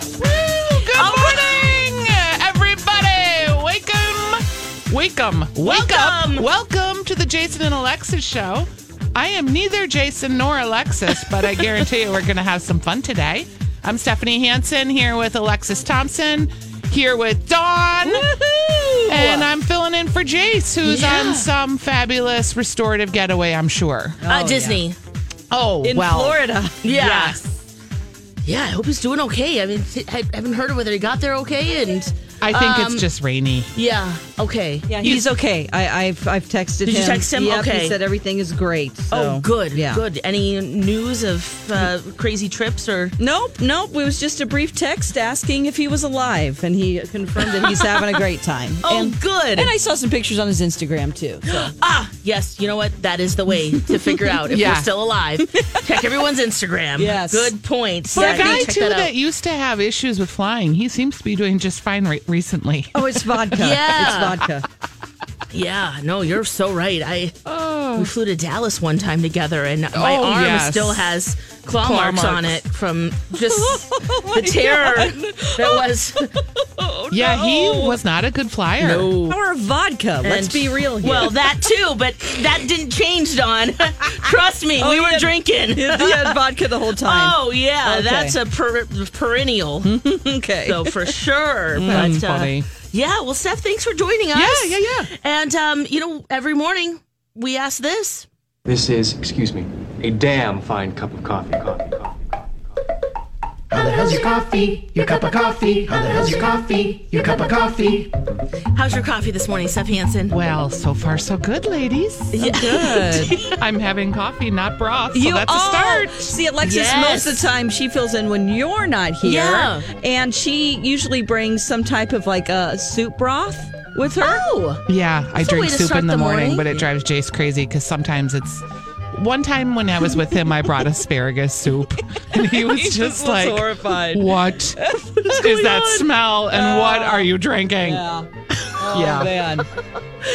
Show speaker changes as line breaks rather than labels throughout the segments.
Good morning, everybody. Wake 'em. Wake 'em. Wake up. Welcome to the Jason and Alexis show. I am neither Jason nor Alexis, but I guarantee you we're going to have some fun today. I'm Stephanie Hansen here with Alexis Thompson, here with Dawn. And I'm filling in for Jace, who's on some fabulous restorative getaway, I'm sure.
uh, Disney
Oh,
in
well.
Florida. Yeah.
Yes.
Yeah, I hope he's doing okay. I mean, t- I haven't heard whether he got there okay and
I think
Um,
it's just rainy.
yeah, okay.
Yeah, he's, okay. I, I've I've texted
Did
him.
you text him?
Yep,
Okay.
He said everything is great.
Oh,
so,
good.
Yeah.
Good. Any news of uh, crazy trips or
Nope, nope. It was just a brief text asking if he was alive, and he confirmed that he's having a great time.
Oh,
and,
good.
And I saw some pictures on his Instagram too. So.
Ah, yes, you know what? That is the way to figure out if
Yeah.
you're still alive. Check everyone's Instagram.
Yes.
Good point.
For a
Stephanie,
guy
check
too
that
that,
out.
used to have issues with flying, he seems to be doing just fine re- recently.
Oh, it's vodka.
Yeah.
it's vodka.
Yeah, no, you're so right. I we flew to Dallas one time together, and my
Oh,
arm
yes.
still has claw,
Claw
marks, on it
marks.
from just
Oh,
the terror that was.
Oh, yeah, he was not a good flyer.
Or vodka. Let's
And-
be real here.
Well, that too, but that didn't change, Dawn. Trust me,
Oh,
we
you
were
had-
drinking.
he had vodka the whole time.
Oh yeah,
Okay.
that's a per- perennial, Oh,
okay.
though for sure.
Mm,
but uh,
funny.
yeah, well, Steph, thanks for joining us.
yeah, yeah.
And um, you know, every morning we ask this.
This is, excuse me, a damn fine cup of coffee. Coffee, coffee, coffee, coffee. How the hell's your coffee? Your cup of coffee? How the hell's your coffee? Your cup of coffee?
How's your coffee this morning, Steph Hansen?
Well, so far so good, ladies. Good. I'm having coffee, not broth. So that's
are-
a start.
See, Alexis, most of
Yes.
the time she fills in when you're not here.
Yeah.
And she usually brings some type of like a soup broth with her.
Oh,
Yeah, I
That's a way
drink
to
soup
start
in the,
the
morning,
morning.
but it drives Jace crazy because sometimes it's. One time when I was with him, I brought asparagus soup, and he was just,
was
like,
horrified.
"What is that smell? And what are you drinking?"
Yeah.
Yeah.
Oh, man.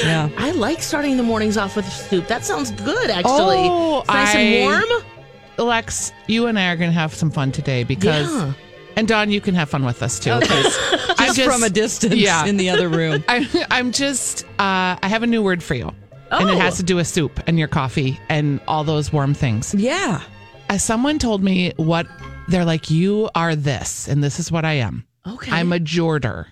Yeah.
I like starting the mornings off with soup. That sounds good, actually.
Oh,
It's nice and
I-
warm.
Lex, you and I are going to have some fun today because,
Yeah.
and Don, you can have fun with us too. 'cause I'm just
From a distance
Yeah.
in the other room.
I'm, I'm just, uh, I have a new word for you. And it
Oh.
has to do with soup and your coffee and all those warm things.
Yeah.
Uh, someone told me what they're like, you are this, and this is what I am.
Okay.
I'm a jorder,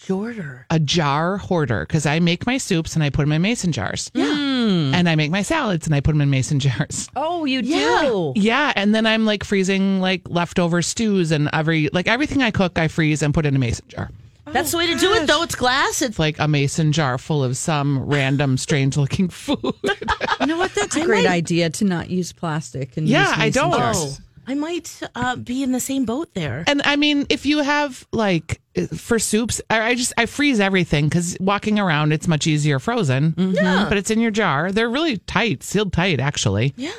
Jorder.
a jar hoarder, because I make my soups and I put them in mason jars. Yeah. And I make my salads and I put them in mason jars.
Oh, you
Yeah.
Yeah, and then I'm like freezing like leftover stews and every like everything I cook, I freeze and put in a mason jar.
That's the way to do it, though. It's glass. It's
It's like a mason jar full of some random strange looking food.
You know what? That's a great idea to not use plastic. And
Yeah,
use
I
mason
don't.
jars.
oh, I might uh, be in the same boat there.
and I mean, if you have like for soups, I, I just I freeze everything because walking around it's much easier frozen.
Mm-hmm.
Yeah.
But it's in your jar. They're really tight, sealed tight actually.
Yeah.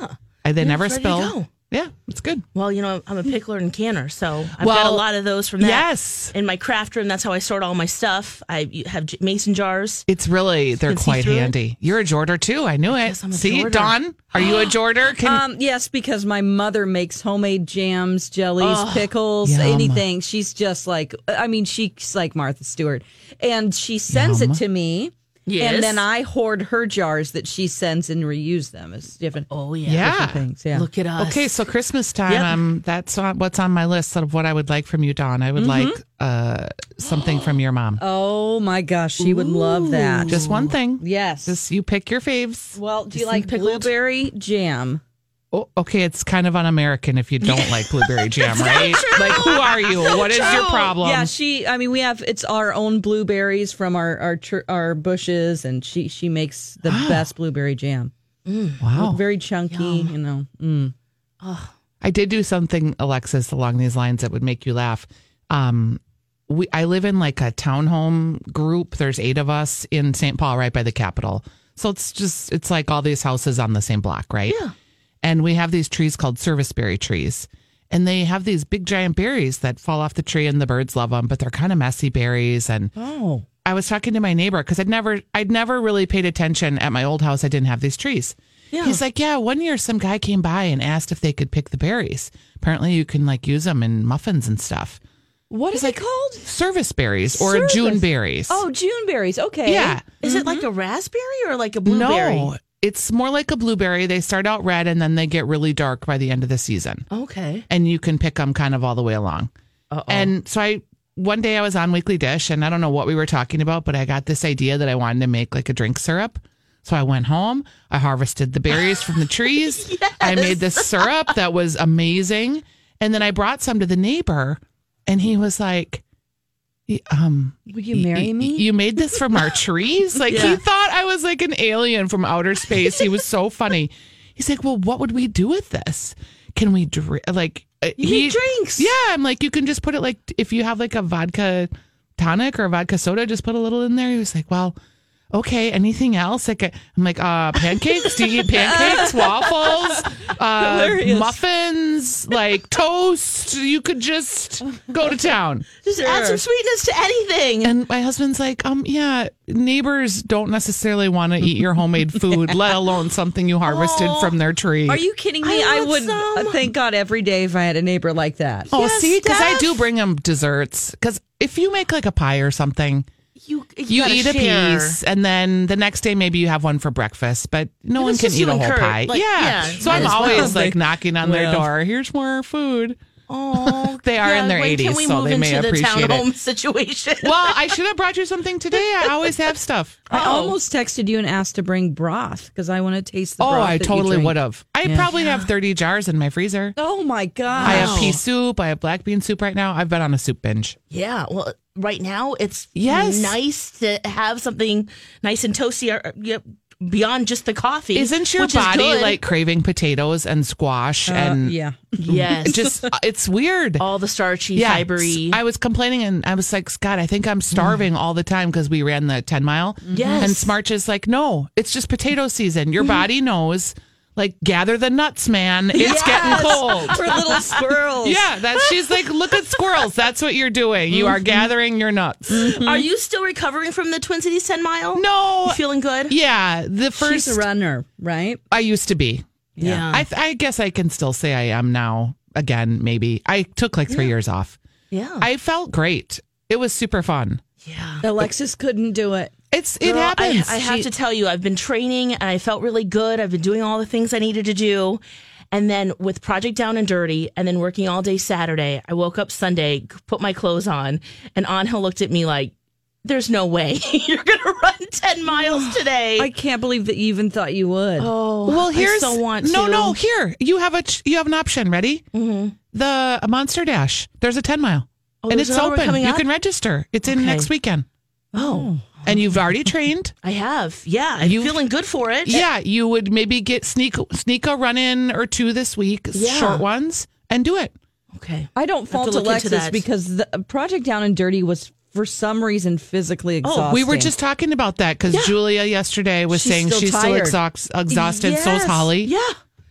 And they
Yeah,
never
it's ready to
spill.
go.
Yeah, it's good.
Well, you know, I'm a pickler and canner, so I've got
Well,
a lot of those from that.
yes.
In my craft room, that's how I sort all my stuff. I have j- mason jars.
It's really they're
can see
quite
through it.
handy. You're a jorder too. I knew it.
Yes, I'm a
see,
jorder.
Dawn, are you a jorder? Can
Um, yes, because my mother makes homemade jams, jellies, pickles,
Yum.
anything. She's just like, I mean, she's like Martha Stewart. And she sends it to me.
Yes.
And then I hoard her jars that she sends and reuse them. It's different.
Oh yeah.
Yeah.
things, yeah.
Look at us.
Okay, so Christmas time,
Yep.
um, that's on, what's on my list of what I would like from you, Dawn. I would
Mm-hmm.
like uh, something from your mom.
Oh my gosh, she would love
Oh.
that.
Just one thing.
yes.
Just you pick your faves.
well, do you
Just
like
pickled-
blueberry jam?
Oh, okay, it's kind of un-American if you don't like blueberry jam, right? Like, who are you? What is your problem?
Yeah, she. I mean, we have it's our own blueberries from our our tr- our bushes, and she she makes the best blueberry jam.
wow.
Very chunky, you know. Mm.
I did do something, Alexis, along these lines that would make you laugh. Um, we I live in like a townhome group. There's eight of us in St. Paul, right by the Capitol. So it's just it's like all these houses on the same block, right? Yeah. And we have these trees called serviceberry trees. And they have these big giant berries that fall off the tree and the birds love them, but they're kind of messy berries and
Oh,
I was talking to my neighbor because I'd never I'd never really paid attention at my old house. I didn't have these trees. He's like, yeah. One year, some guy came by and asked if they could pick the berries. Apparently, you can like use them in muffins and stuff.
what is it called?
Service berries or
Service-
June berries.
Oh, June berries. Okay.
yeah.
Is it like a raspberry or like a blueberry?
Mm-hmm. No, it's more like a blueberry. They start out red and then they get really dark by the end of the season.
Oh.
Okay.
and you can pick them kind of all the way along. And so I one day I was on Weekly Dish and I don't know what we were talking about, but I got this idea that I wanted to make like a drink syrup. So I went home, I harvested the berries from the trees. I made this syrup that was amazing. And then I brought some to the neighbor and he was like, y- um,
Would you marry
y-
me?
You made this from our trees? Like he thought I was like an alien from outer space. He was so funny. He's like, "Well, what would we do with this? Can we drink like uh,
make drinks.
Yeah, I'm like you can just put it like if you have like a vodka tonic or a vodka soda, just put a little in there." He was like, "Well, okay, anything else?" Like uh, I'm like, "Uh, pancakes? Do you eat pancakes, waffles, uh,
Hilarious.
muffins, like toast? You could just go to town."
Just add some sweetness to anything.
And my husband's like, um, yeah, neighbors don't necessarily want to eat your homemade food, let alone something you harvested from their tree.
Are you kidding me?
I
I,
want
would
some.
uh, thank God every day if I had a neighbor like that.
oh, see, because I
Steph.
do bring them desserts. Because if you make like a pie or something,
you
you
gotta
eat a
share.
piece, and then the next day maybe you have one for breakfast, but no
But
one
it's
can
just
eat
you
a whole
encourage-
pie.
like,
yeah.
yeah,
so
might
I'm
as
always
well.
like knocking on their
Well.
door. Here's more food.
Oh,
They are in their
when
80s,
Can we
so
move
they may
into the
appreciate it.
townhome situation?
Well, I should have brought you something today. I always have stuff. Oh,
I almost texted you and asked to bring broth because I want to taste the
Oh,
broth.
I
that you
totally
drink.
would have. I probably have 30 jars in my freezer.
Oh my God.
I have
Wow.
pea soup. I have black bean soup right now. I've been on a soup binge.
Yeah, well, right now it's
Yes.
nice to have something nice and toasty or, yep, beyond just the coffee.
Isn't your
which is
body
good.
like craving potatoes and squash and
Uh, yeah.
yes,
just uh, it's weird.
all the starchy, fibery? Mm.
I was complaining and I was like, Scott, I think I'm starving all the time because we ran the 10 mile.
Mm-hmm. Yes. Mm-hmm.
And Smarch is like, no, it's just potato season. Your body knows. Like, gather the nuts, man. It's getting cold.
For little squirrels.
Yeah, that's she's like, look at squirrels. That's what you're doing. You are
Mm-hmm.
gathering your nuts.
Are you still recovering from the Twin Cities ten mile?
No.
You feeling good?
Yeah, the
She's
first
a runner, right?
I used to be.
Yeah.
I, th- I guess I can still say I am now. Again, maybe I took like three years off.
yeah,
I felt great. It was super fun.
yeah.
Alexis couldn't do it.
It's it
Girl,
happens.
I, I have to tell you, I've been training and I felt really good. I've been doing all the things I needed to do. And then with Project Down and Dirty and then working all day Saturday, I woke up Sunday, c- put my clothes on, and Angel looked at me like, there's no way you're going to run 10 miles today.
I can't believe that you even thought you would.
oh,
well, here's
I so want
no,
to. Mm-hmm.
no. Here you have a ch- you have an option. Ready? The a Monster Dash. There's a ten mile, and
Oh,
it's
there's another one
open.
coming
You
up?
can register. It's in
Okay.
next weekend.
Oh,
And you've already trained.
I have. Yeah, I'm
You've-
feeling good for it.
yeah, you would maybe get sneak sneak a run in or two this week,
Yeah.
short ones, and do it.
Okay.
I don't fault
look into
Alexis
that.
because the Project Down and Dirty was for some reason physically exhausting.
Oh, We were just talking about that because Julia yesterday was
She's
saying
still
she's
tired.
still exhaust, exhausted. So is
Yes.
Holly.
Yeah.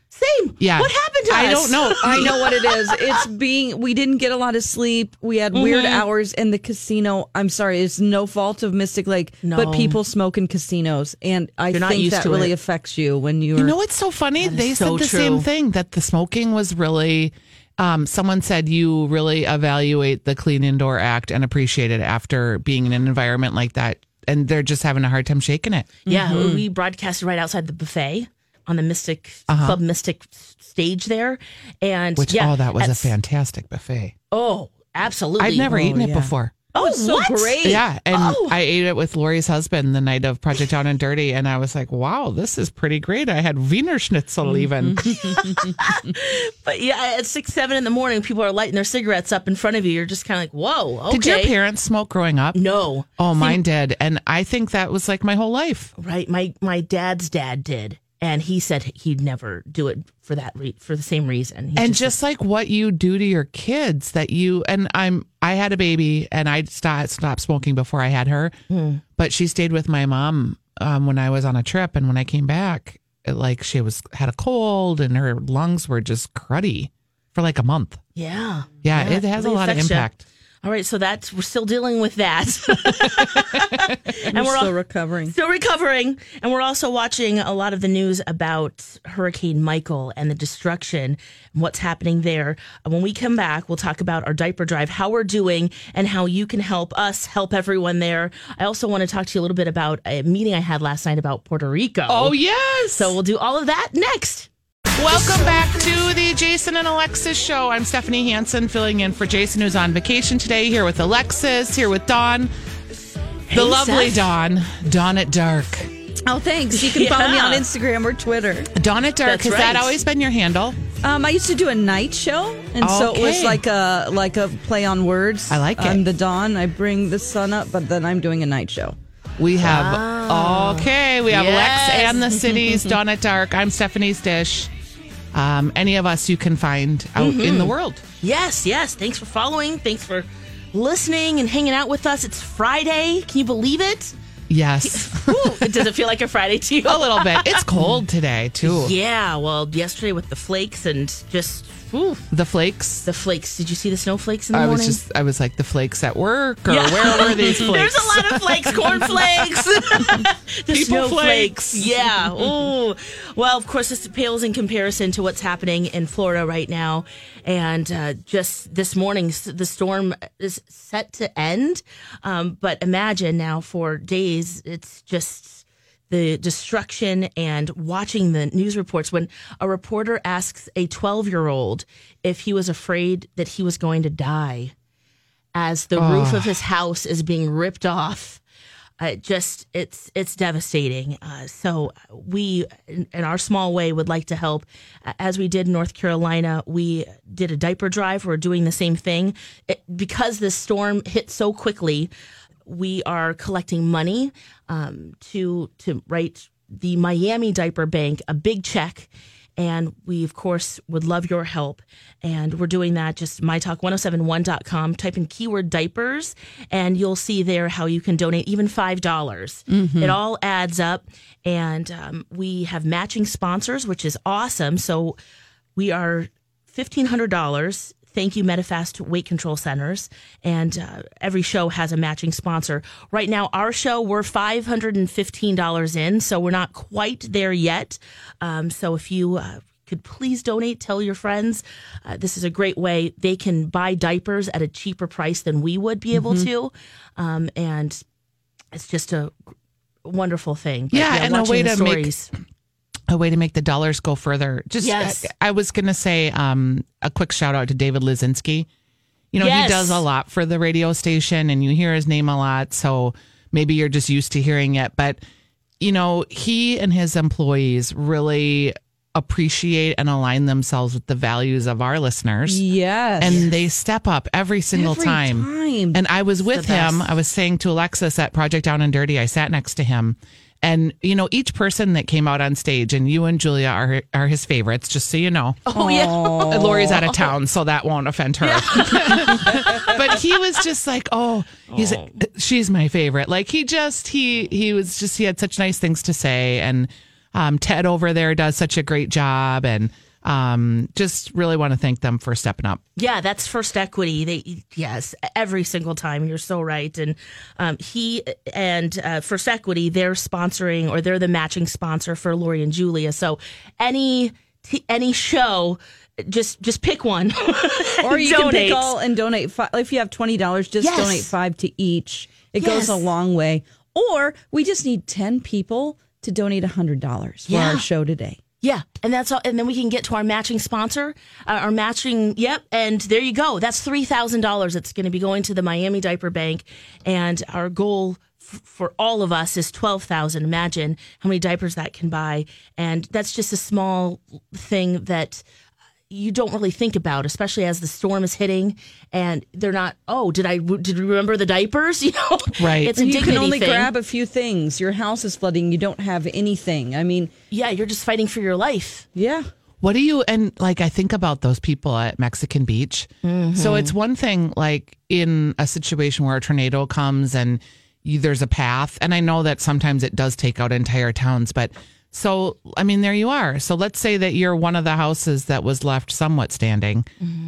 Same.
Yeah.
What happened to
I
us?
don't know.
I know what it is. It's being we didn't get a lot of sleep. We had weird hours in the casino. I'm sorry, it's no fault of Mystic Lake,
No.
but people smoke in casinos, and I
You're not
think
used
that
to
really
it.
affects you when you're.
You know what's so funny?
is
They
so
said the
true.
same thing that the smoking was really. Um, someone said you really evaluate the Clean Indoor Act and appreciate it after being in an environment like that and they're just having a hard time shaking it.
Yeah,
Mm-hmm.
we broadcasted right outside the buffet on the Mystic Club Mystic s- stage there, and
Uh-huh. Which
yeah,
oh, that was
at
a
s-
fantastic buffet.
Oh, absolutely.
I'd never eaten it before.
Oh,
so
what?
great.
Yeah, and
Oh.
I ate it with Lori's husband the night of Project Down and Dirty, and I was like, "Wow, this is pretty great." I had Wiener
Mm-hmm.
Schnitzel even.
But yeah, at six, seven in the morning, people are lighting their cigarettes up in front of you. You're just kind of like, whoa. Okay.
Did your parents smoke growing up?
No.
Oh, mine did, and I think that was like my whole life.
Right. My my dad's dad did, and he said he'd never do it for that re- for the same reason. He
and just like what you do to your kids that you and i'm i had a baby and i stopped, stopped smoking before i had her
Hmm.
but she stayed with my mom um, when i was on a trip and when i came back it, like she was had a cold and her lungs were just cruddy for like a month
yeah.
yeah, it has a
really
lot of
affects ya.
impact
All right, so that's we're still dealing with that, and we're,
We're
al-
still recovering.
still recovering, and we're also watching a lot of the news about Hurricane Michael and the destruction, and what's happening there. And When we come back, we'll talk about our diaper drive, how we're doing, and how you can help us help everyone there. I also want to talk to you a little bit about a meeting I had last night about Puerto Rico.
oh yes
so we'll do all of that next.
Welcome back to the Jason and Alexis show. I'm Stephanie Hansen filling in for Jason, who's on vacation today, here with Alexis, here with Dawn. the lovely
Seth.
Dawn. Dawn at Dark.
Oh, thanks. You can follow me on Instagram or Twitter.
Dawn at Dark,
That's
has that
right.
always been your handle?
Um, I used to do a night show, and so it was
Okay.
like a like a play on words.
I like it.
I'm the dawn. I bring the sun up, but then I'm doing a night show.
We have, okay, we have
Yes.
Lex and the Cities, Dawn at Dark. I'm Stephanie Stish. Um, any of us you can find out
Mm-hmm.
in the world.
Yes, yes. Thanks for following. Thanks for listening and hanging out with us. It's Friday. Can you believe it?
Yes,
Ooh, it doesn't feel like a Friday to you.
a little bit. It's cold today, too.
Yeah, well, yesterday with the flakes and just ooh,
The flakes.
the flakes. Did you see the snowflakes in the
I was
morning?
just, I was like, the flakes at work, or
Yeah.
where were these flakes?
There's a lot of flakes, corn flakes, the
People
snowflakes.
flakes.
Yeah. Ooh. Well, of course, this pales in comparison to what's happening in Florida right now. And uh, just this morning, s- the storm is set to end. Um, but imagine now for days, it's just the destruction and watching the news reports when a reporter asks a 12 year old if he was afraid that he was going to die as the roof of his house is being ripped off. Uh, just it's it's devastating. Uh, so we, in, in our small way, would like to help. Uh, As we did in North Carolina, we did a diaper drive. We're doing the same thing it, because this storm hit so quickly. We are collecting money um, to to write the Miami Diaper Bank a big check. And we, of course, would love your help. And we're doing that just mytalk1071.com. Type in keyword diapers, and you'll see there how you can donate even $5. dollars It all adds up. And um, we have matching sponsors, which is awesome. So we are $1,500. Thank you, MetaFast Weight Control Centers. And uh, every show has a matching sponsor. Right now, our show, we're $515 in, so we're not quite there yet. Um, so if you uh, could please donate, tell your friends. Uh, this is a great way. They can buy diapers at a cheaper price than we would be
Mm-hmm.
able to. Um, and it's just a wonderful thing. But,
Yeah, and a
watching
way
the
to make-
stories.
a way to make the dollars go further. Just
Yes.
I, I was gonna say um, a quick shout out to David Lizinski. You know,
Yes.
he does a lot for the radio station and you hear his name a lot, so maybe you're just used to hearing it. But you know, he and his employees really appreciate and align themselves with the values of our listeners.
Yes.
And they step up every single
Every
time.
time.
And I was with
the best.
him. I was saying to Alexis at Project Down and Dirty, I sat next to him. And, you know, each person that came out on stage, and you and Julia are, are his favorites, just so you know.
Oh, yeah.
And Lori's out of town, so that won't offend her. but he was just like, oh, he's she's my favorite. Like he just he he was just he had such nice things to say, and um, Ted over there does such a great job, and um, just really want to thank them for stepping up.
Yeah, that's first equity. They yes, every single time. You're so right. And um, he and uh, First Equity, they're sponsoring or they're the matching sponsor for Lori and Julia. So any t- any show, just just pick one
or
and
you can
donate.
pick all and donate five. If you have twenty dollars, just
Yes.
donate five to each. It
Yes.
goes a long way. Or we just need 10 people to donate $100 for
Yeah.
our show today.
Yeah, and that's all. And then we can get to our matching sponsor, uh, our matching. Yep, and there you go. That's three thousand dollars. It's going to be going to the Miami Diaper Bank, and our goal f- for all of us is twelve thousand. Imagine how many diapers that can buy, and that's just a small thing that uh, you don't really think about, especially as the storm is hitting, and they're not. Oh, did I did you remember the diapers? You know,
Right.
It's a
And you
dignity
can only
thing.
grab a few things. Your house is flooding. You don't have anything. I mean,
yeah, you're just fighting for your life.
yeah.
What do you and like I think about those people at Mexican Beach.
Mm-hmm.
So it's one thing like in a situation where a tornado comes and you, there's a path and I know that sometimes it does take out entire towns but so I mean there you are. So let's say that you're one of the houses that was left somewhat standing.
Mm-hmm.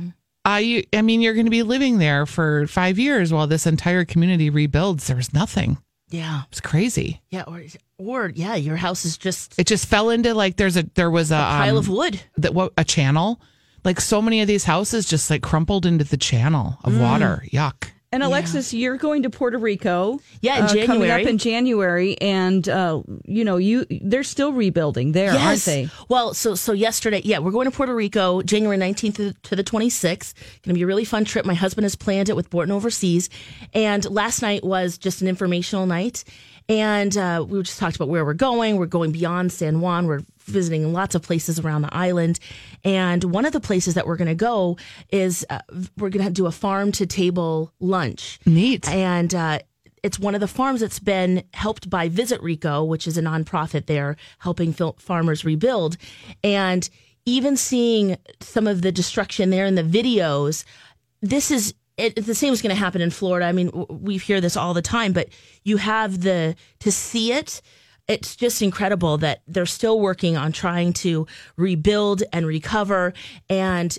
Uh, you, I mean you're going to be living there for 5 years while this entire community rebuilds. There was nothing.
Yeah,
It's crazy.
yeah, or or yeah, your house is just
It just fell into like there's a there was a,
pile
um,
of wood.
that what a channel like so many of these houses just like crumpled into the channel
Mm.
of water yuck
And Alexis, you're going to Puerto Rico. uh,
Yeah, in
Coming up
January.
in January, and uh, you know, you they're still rebuilding there, aren't they?
Well, so so yesterday, yeah, we're going to Puerto Rico, January nineteenth to to the twenty sixth. Going to be a really fun trip. My husband has planned it with Borton Overseas, and last night was just an informational night, and uh, we just talked about where we're going. We're going beyond San Juan. We're visiting lots of places around the island, and one of the places that we're going to go is uh, we're going to do a farm to table lunch.
neat
And uh, it's one of the farms that's been helped by Visit Rico, which is a nonprofit there helping fil- farmers rebuild. And even seeing some of the destruction there in the videos, this is it, the same is going to happen in Florida. I mean, w- we hear this all the time, but you have the to see it. It's just incredible that they're still working on trying to rebuild and recover. And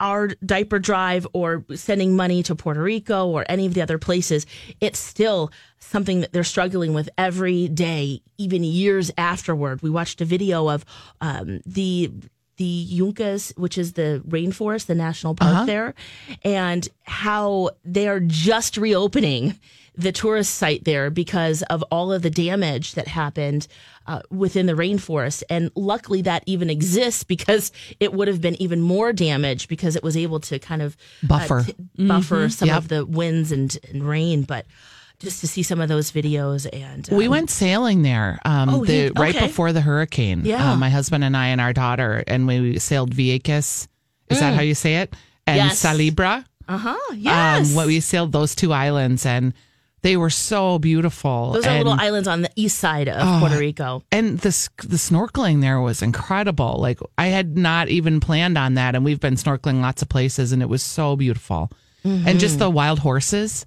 our diaper drive or sending money to Puerto Rico or any of the other places, it's still something that they're struggling with every day, even years afterward. We watched a video of um, the the Yuncas, which is the rainforest, the national park there, and how they are just reopening the tourist site there because of all of the damage that happened uh, within the rainforest. And luckily, that even exists because it would have been even more damage because it was able to kind of uh,
Buffer. Mm-hmm.
t- buffer some of the winds and, and rain. But just to see some of those videos and uh,
we went sailing there um,
Oh,
the,
you-
right
okay.
before the hurricane
Yeah.
Uh, my husband and i and our daughter and we sailed vieques is that how you say it and
Mm. Yes.
salibra
uh huh yes
um, what we sailed those two islands and they were so beautiful
those are
and, Oh,
little islands on the east side of Puerto Rico.
and the s- the snorkeling there was incredible like i had not even planned on that and we've been snorkeling lots of places and it was so beautiful and
Mm-hmm.
just the wild horses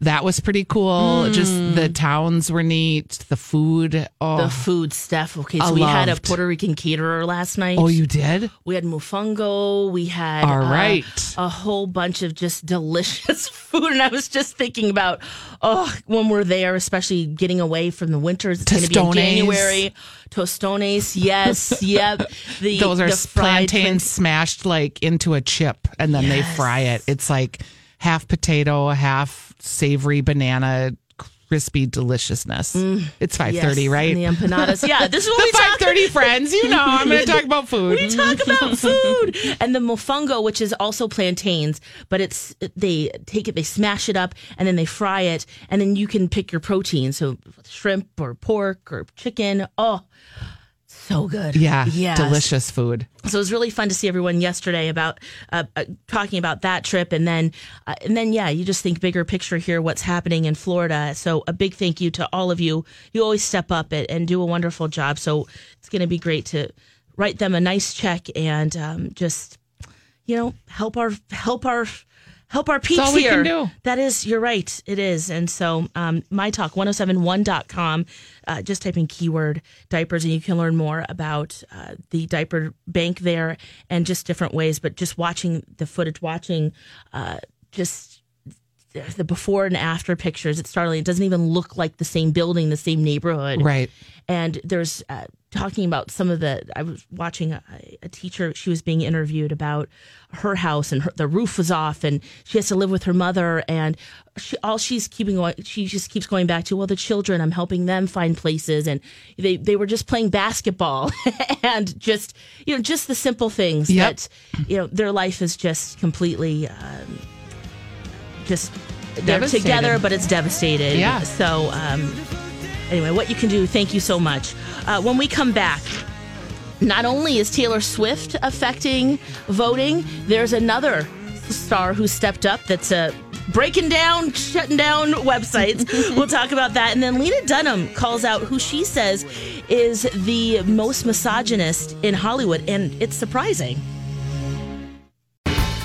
that was pretty cool just the towns were neat the food oh
Mm. The food stuff. Okay, so
I
we had a
loved.
Puerto Rican caterer last night.
oh you did
We had mofongo. We had
All
uh,
right.
a whole bunch of just delicious food, and I was just thinking about oh, when we're there, especially getting away from the winters. It's going to be in
Tostones.
January. Tostones, yes, yep. The,
those are
the
s-
fried
plantains smashed like into a chip and then they fry it it's like half potato half savory banana crispy deliciousness it's 5.30
Mm. yes,
right
And the empanadas. Yeah, this is what
the
we
five
talked
thirty friends. You know, I'm going to talk about food.
We talk about food and the mofongo, which is also plantains, but it's they take it, they smash it up, and then they fry it, and then you can pick your protein, so shrimp or pork or chicken. Oh, so good.
yeah,
Yes.
delicious food.
So it was really fun to see everyone yesterday about uh, uh, talking about that trip, and then uh, and then yeah, you just think bigger picture here, what's happening in Florida. So a big thank you to all of you. You always step up and, and do a wonderful job. So it's going to be great to write them a nice check and um, just you know help our help our help our peeps
all we
here
can do.
that is you're right it is and so um, mytalk1071.com uh, just type in keyword diapers and you can learn more about uh, the diaper bank there and just different ways but just watching the footage watching uh, just the before and after pictures. It's startling. It doesn't even look like the same building, the same neighborhood.
Right.
And there's uh, talking about some of the. I was watching a, a teacher. She was being interviewed about her house, and her, the roof was off, and she has to live with her mother. And she, all she's keeping going, she just keeps going back to, well, the children. I'm helping them find places, and they they were just playing basketball, and just you know, just the simple things
Yep.
that you know, their life is just completely. Um, just they're
Devastated.
together, but it's devastated.
Yeah.
So, um, anyway, what you can do, thank you so much. Uh, when we come back, not only is Taylor Swift affecting voting, there's another star who stepped up that's uh, breaking down, shutting down websites. we'll talk about that. And then Lena Dunham calls out who she says is the most misogynist in Hollywood, and it's surprising.